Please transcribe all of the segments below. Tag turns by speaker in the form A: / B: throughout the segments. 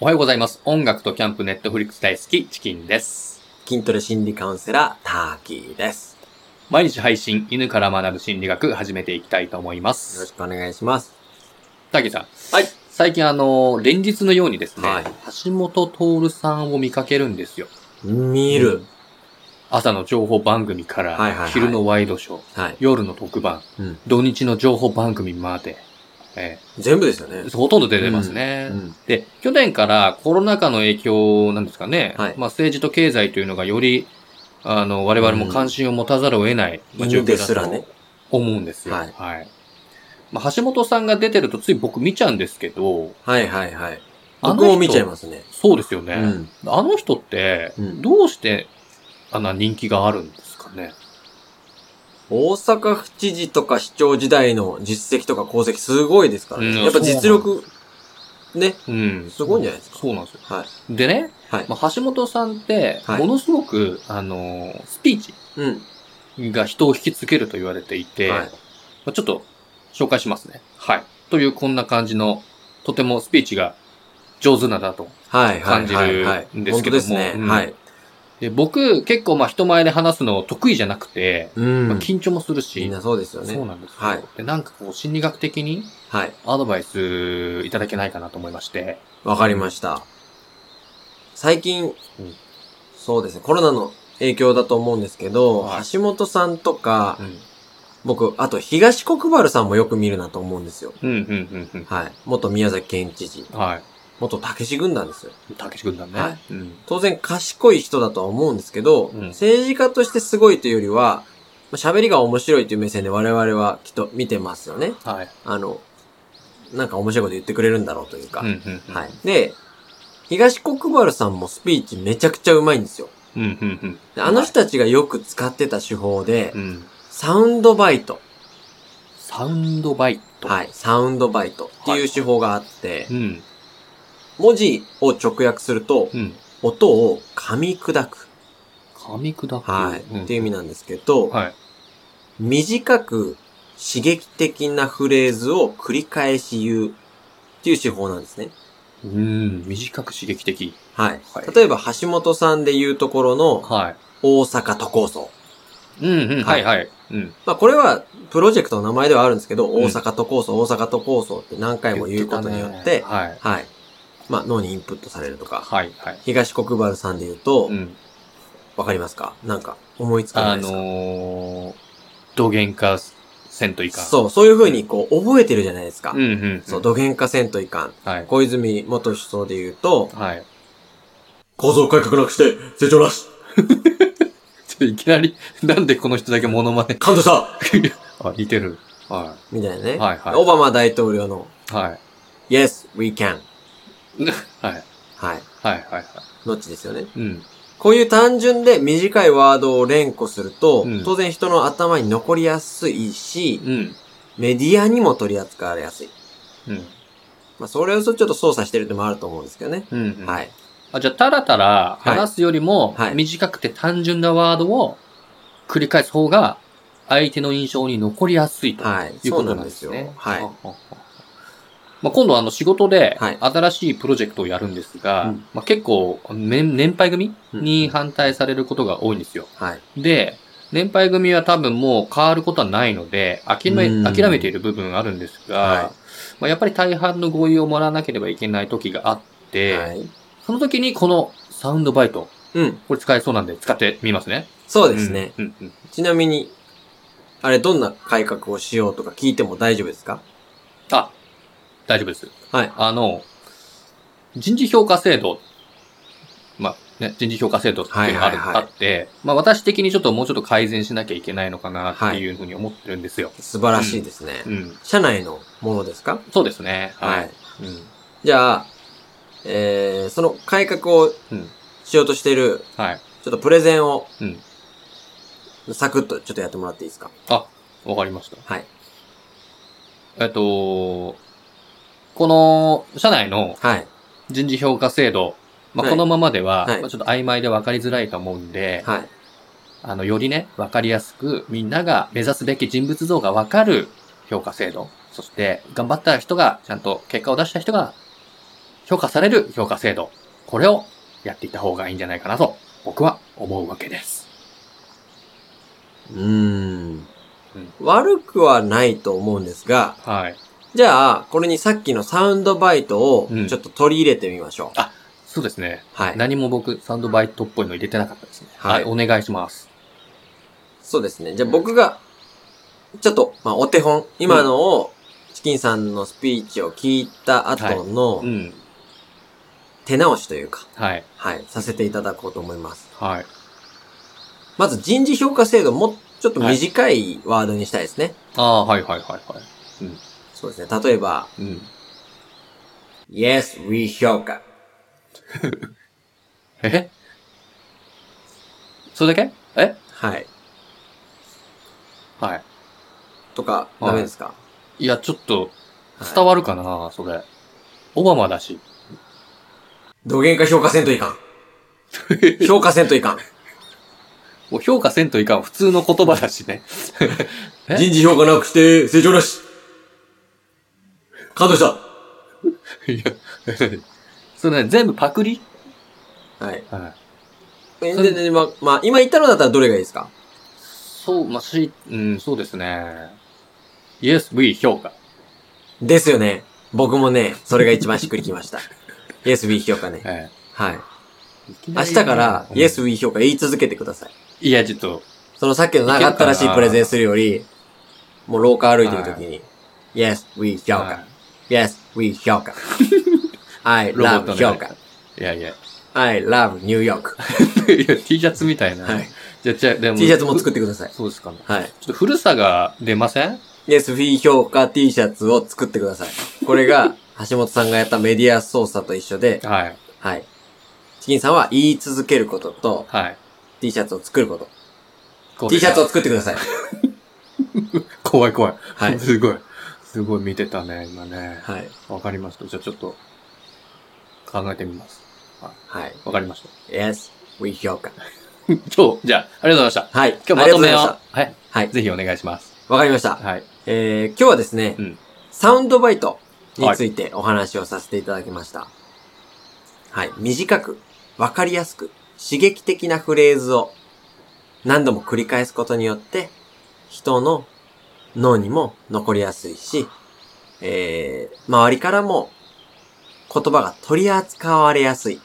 A: おはようございます。音楽とキャンプ、ネットフリックス大好き、チキンです。
B: 筋トレ心理カウンセラー、ターキーです。
A: 毎日配信、犬から学ぶ心理学、始めていきたいと思いま
B: よろ
A: す。
B: しくお願いします。
A: たけさん。
B: はい。
A: 最近あの、連日のようにですね、
B: はい
A: 橋本徹さんを見かけるんですよ。
B: 見る。
A: 朝の情報番組か
B: はいはい
A: ら、
B: はい
A: 昼のワイドショー、
B: はい。
A: 夜の特番、
B: うん
A: 土日の情報番組まで、え
B: 全部ですよね
A: ー。ほとんど出てますね、
B: うん。
A: で、去年からコロナ禍の影響なんですかね、
B: はい
A: まあ政治と経済というのがより、あの、我々も関心を持たざるを得ない、まあ、状
B: 犬
A: 況
B: で
A: だ
B: すらね
A: と。思うんですよ。は
B: はいい。
A: まあ、橋本さんが出てるとつい僕見ちゃうんですけど、
B: はいはいはい。
A: あの
B: 僕も見ちゃい
A: す。
B: ますね。
A: そうですよね。
B: うん。
A: あの人って
B: う、ん
A: どうして、あんな人気があるんですかね。
B: 大阪府知事とか市長時代の実績とか功績すごいですから
A: うん
B: ね。やっぱ実力、ね。
A: うん。
B: すごいんじゃないですか
A: そうなんですよ。
B: はい。
A: でね、
B: はい。
A: まあ、橋本さんって、
B: はい
A: ものすごく、あのー、スピーチ
B: うん。
A: が人を引きつけると言われていて、
B: はい。
A: まあ、ちょっと紹介しますね。はい。というこんな感じの、とてもスピーチが上手なんだと。
B: はい。
A: 感じるんですけども
B: はいはいはい本当ですね。
A: うん
B: はい。
A: で、僕、結構まあ人前で話すの得意じゃなくて、
B: うん
A: まあ、緊張もする
B: み
A: し、
B: んなそうですよ
A: そう
B: ね。
A: なんですよ、
B: はい
A: で、なんかこう心理学的に
B: はい。
A: アドバイスいただけないかなと思いまして、
B: わかりました。最近、そうですね、コロナの影響だと思うんですけど、
A: はい
B: 橋本さんとか、
A: うん。
B: 僕、あと東国原さんもよく見るなと思うんですよ。
A: うん、うん、うん、
B: はい。元宮崎県知事。
A: うん。はい。
B: 元武志軍団ですよ。
A: たけし軍団ね。
B: はい
A: うん。
B: 当然賢い人だとは思うんですけど、
A: うん
B: 政治家としてすごいというよりは、まあ喋りが面白いという目線で我々はきっと見てますよね。
A: はい。
B: あの、なんか面白いこと言ってくれるんだろうというか。
A: うん、うん、うん。
B: はい。で、東国原さんもスピーチめちゃくちゃうまいんですよ。
A: うん、うん、うん。
B: であの人たちがよく使ってた手法で、
A: うん。
B: サウンドバイト。
A: サウンドバイト。
B: はい。サウンドバイトっていう手法があって、
A: うん、
B: 文字を直訳すると
A: う、ん。
B: 音を噛み砕く。
A: 噛み砕く。
B: はい。
A: うん
B: っていう意味なんですけど、
A: はい。
B: 短く刺激的なフレーズを繰り返し言うっていう手法なんですね。
A: うん、短く刺激的。
B: はい。
A: はい
B: 例えば、橋本さんで言うところの、
A: はい。
B: 大阪都構想。
A: うんうん、は
B: はいい
A: はい。うん。
B: まあ、これは、プロジェクトの名前ではあるんですけど、
A: ん
B: 大阪都構想、大阪都構想って何回も言うことによって、
A: 言たねはい。
B: はい。まあ、脳にインプットされるとか、
A: はい、はい。
B: 東国原さんで言うと、わ、
A: うん。
B: かりますかなんか、思いつかな
A: あ
B: いですか、
A: のー、土幻化せんといかん。う。
B: そう、そういうふうにこう、覚えてるじゃないですか。
A: うんうんうん。
B: そう、土幻化せんといかん。
A: はい。
B: 小泉元首相で言うと、
A: はい。
B: 構造改革なくして、成長なし
A: ちょっといきなり、なんでこの人だけモノマネ
B: 感動した
A: あ、似てる。は
B: みたいなね。
A: はいはい
B: オバマ大統領の、
A: い。はい。
B: Yes, we can.
A: はい。はい
B: はい。
A: はいはい。
B: どっちですよね。
A: うん。
B: こういう単純で短いワードを連呼すると、
A: うん
B: 当然人の頭に残りやすいし、
A: うん。
B: メディアにも取り扱われやすい。
A: うん。
B: まあ、それをちょっと操作してるってのもあると思うんですけどね。
A: うん、うん。
B: はい。
A: あじゃあ、たらたら話すよりも
B: は、い
A: 短くて単純なワードを繰り返す方が、相手の印象に残りやすいと
B: はい
A: いうことなんです
B: そうなん
A: ね
B: で。すよはい
A: あ。ああまあ、今度あの仕事で
B: はい
A: 新しいプロジェクトをやるんですが、
B: うん
A: まあ、結構年年配組
B: うん
A: に反対されることが多いんですよ。
B: はい。
A: で、年配組は多分もう変わることはないので、諦め
B: うん
A: 諦めている部分あるんですが、
B: はい
A: まあ、やっぱり大半の合意をもらわなければいけない時があって、
B: はい。
A: その時にこのサウンドバイト、
B: うん。
A: これ使えそうなんで使ってみますね。
B: そうですね。
A: うん。うんうん
B: ちなみに、あれ、どんな改革をしようとか聞いても大丈夫ですか
A: あ、大丈夫です。
B: はい。
A: あの、人事評価制度、まあね、人事評価制度っていうのがある、
B: はいはいはい
A: あって、まあ私的にちょっともうちょっと改善しなきゃいけないのかなっていうふうに思ってるんですよ。
B: 素晴らしいですね。
A: うん。
B: 社内のものですか
A: そうですね。は
B: はいい。。
A: うん。
B: じゃあ、えー、その改革を
A: うん。
B: しようとしている、
A: はい。
B: ちょっとプレゼンを、
A: うん。
B: サクッとちょっとやってもらっていいですか
A: あ、わかりました。
B: はい。
A: えっと、この、社内の
B: はい。
A: 人事評価制度、まあ、
B: はい
A: このままでは、
B: はい
A: まあちょっと曖昧で分かりづらいと思うんで、
B: はい。
A: あの、よりね、わかりやすく、みんなが目指すべき人物像がわかる評価制度。そして、頑張った人が、ちゃんと結果を出した人が、評価される評価制度、これをやっていった方がいいんじゃないかなと、僕は思うわけです。
B: うーん。悪くはないと思うんですが、
A: はい。
B: じゃあ、これにさっきのサウンドバイトを
A: うん
B: ちょっと取り入れてみましょう。
A: あそうですね。
B: はい。
A: 何も僕、サウンドバイトっぽいの入れてなかったですね。
B: は
A: はいい。お願いします。
B: そうですね。じゃあ僕が、ちょっと、まあ、お手本、今のを、チキンさんのスピーチを聞いた後の
A: うん。
B: 手直しというか、
A: はい。
B: はい、させていただこうと思います。
A: はい。
B: まず人事評価制度もちょっと短いワードにしたいですね。
A: ああ、はいはいはいは
B: そうですね。例えば、
A: い。うん。
B: Yes, we 評価。
A: えそれだけえ
B: はい。
A: はい。
B: とか、
A: はい
B: ダメですか、
A: いや、ちょっと、
B: はい
A: 伝わるかな、それ。オバマだし。
B: 土幻化評価せんとい かん。評価せんといかん。
A: もう評価せんといかん、普通の言葉だしね。 え
B: 人事評価なくして、成長なし。感動した。
A: いや、それね、全部パクリ
B: はい。
A: はい。
B: えで、で、ま、まあ、今言ったのだったらどれがいいですか
A: そう、まあ、し、うん、そうですね。Yes, we 評価。
B: ですよね。僕もね、それが一番しっくりきま した。Yes, we 評価ね。
A: え
B: はい。
A: えいきな
B: 明
A: り
B: 日から、
A: うん
B: Yes, we 評価言い続けてください。
A: いや、ちょっと、
B: そのさっきのなかったらしいプレゼンするより、もう廊下歩いてるときに、Yes, we 評価。
A: はい
B: Yes, we 評 価。I
A: ロボッ
B: love
A: トの
B: 評
A: や
B: 価。
A: つ。いやいや。
B: I love New York。
A: いや T シャツみたいな。
B: はい。
A: じゃ、じゃ、でも。
B: T シャツも作ってください。
A: そうですかね。
B: はい。
A: ちょっと古さが出ません
B: Yes, we 評価 T シャツを作ってください。これ が、橋本さんがやったメディア操作と一緒で、
A: はい。
B: はい。チキンさんは言い続けることと、
A: はい。
B: T シャツを作ること。
A: これ
B: T シャツを作ってください。
A: 怖い怖い。
B: はい。
A: すごい。すごい見てたね、今ね。
B: はい。
A: わかりました。じゃあちょっと、考えてみます。
B: はい。
A: わかりました。
B: Yes, we 評価。
A: 今日、じゃあ、ありがとうございまし
B: はい。
A: た。今
B: あ
A: 日ま
B: りが
A: と
B: うご
A: め
B: ざ
A: を、
B: いました
A: はい。
B: はい。
A: ぜひお願いします。
B: わかりました。
A: はい。
B: えー、今日はですね、
A: うん
B: サウンドバイトについてお話をさせていただきました。はい。短く、わかりやすく、刺激的なフレーズを何度も繰り返すことによって、人の脳にも残りやすいし、えー、周りからも言葉が取り扱われやすい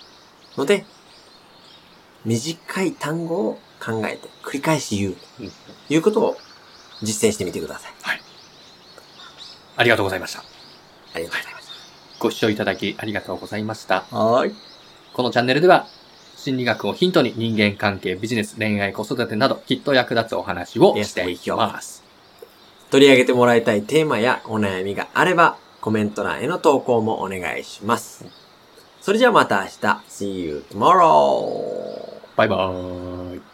B: ので、短い単語を考えて繰り返し言う
A: うん
B: ということを実践してみてください。
A: ありがとうございました。
B: ありがとうございまし
A: ご視聴いただきありがとうございました。
B: た。はーい。
A: このチャンネルでは、心理学をヒントに人間関係、ビジネス、恋愛、子育てなど、きっと役立つお話をしていきます。
B: 取り上げてもらいたいテーマやお悩みがあれば、コメント欄への投稿もお願いします。それじゃあまた明日。See you tomorrow!
A: バイバーイ。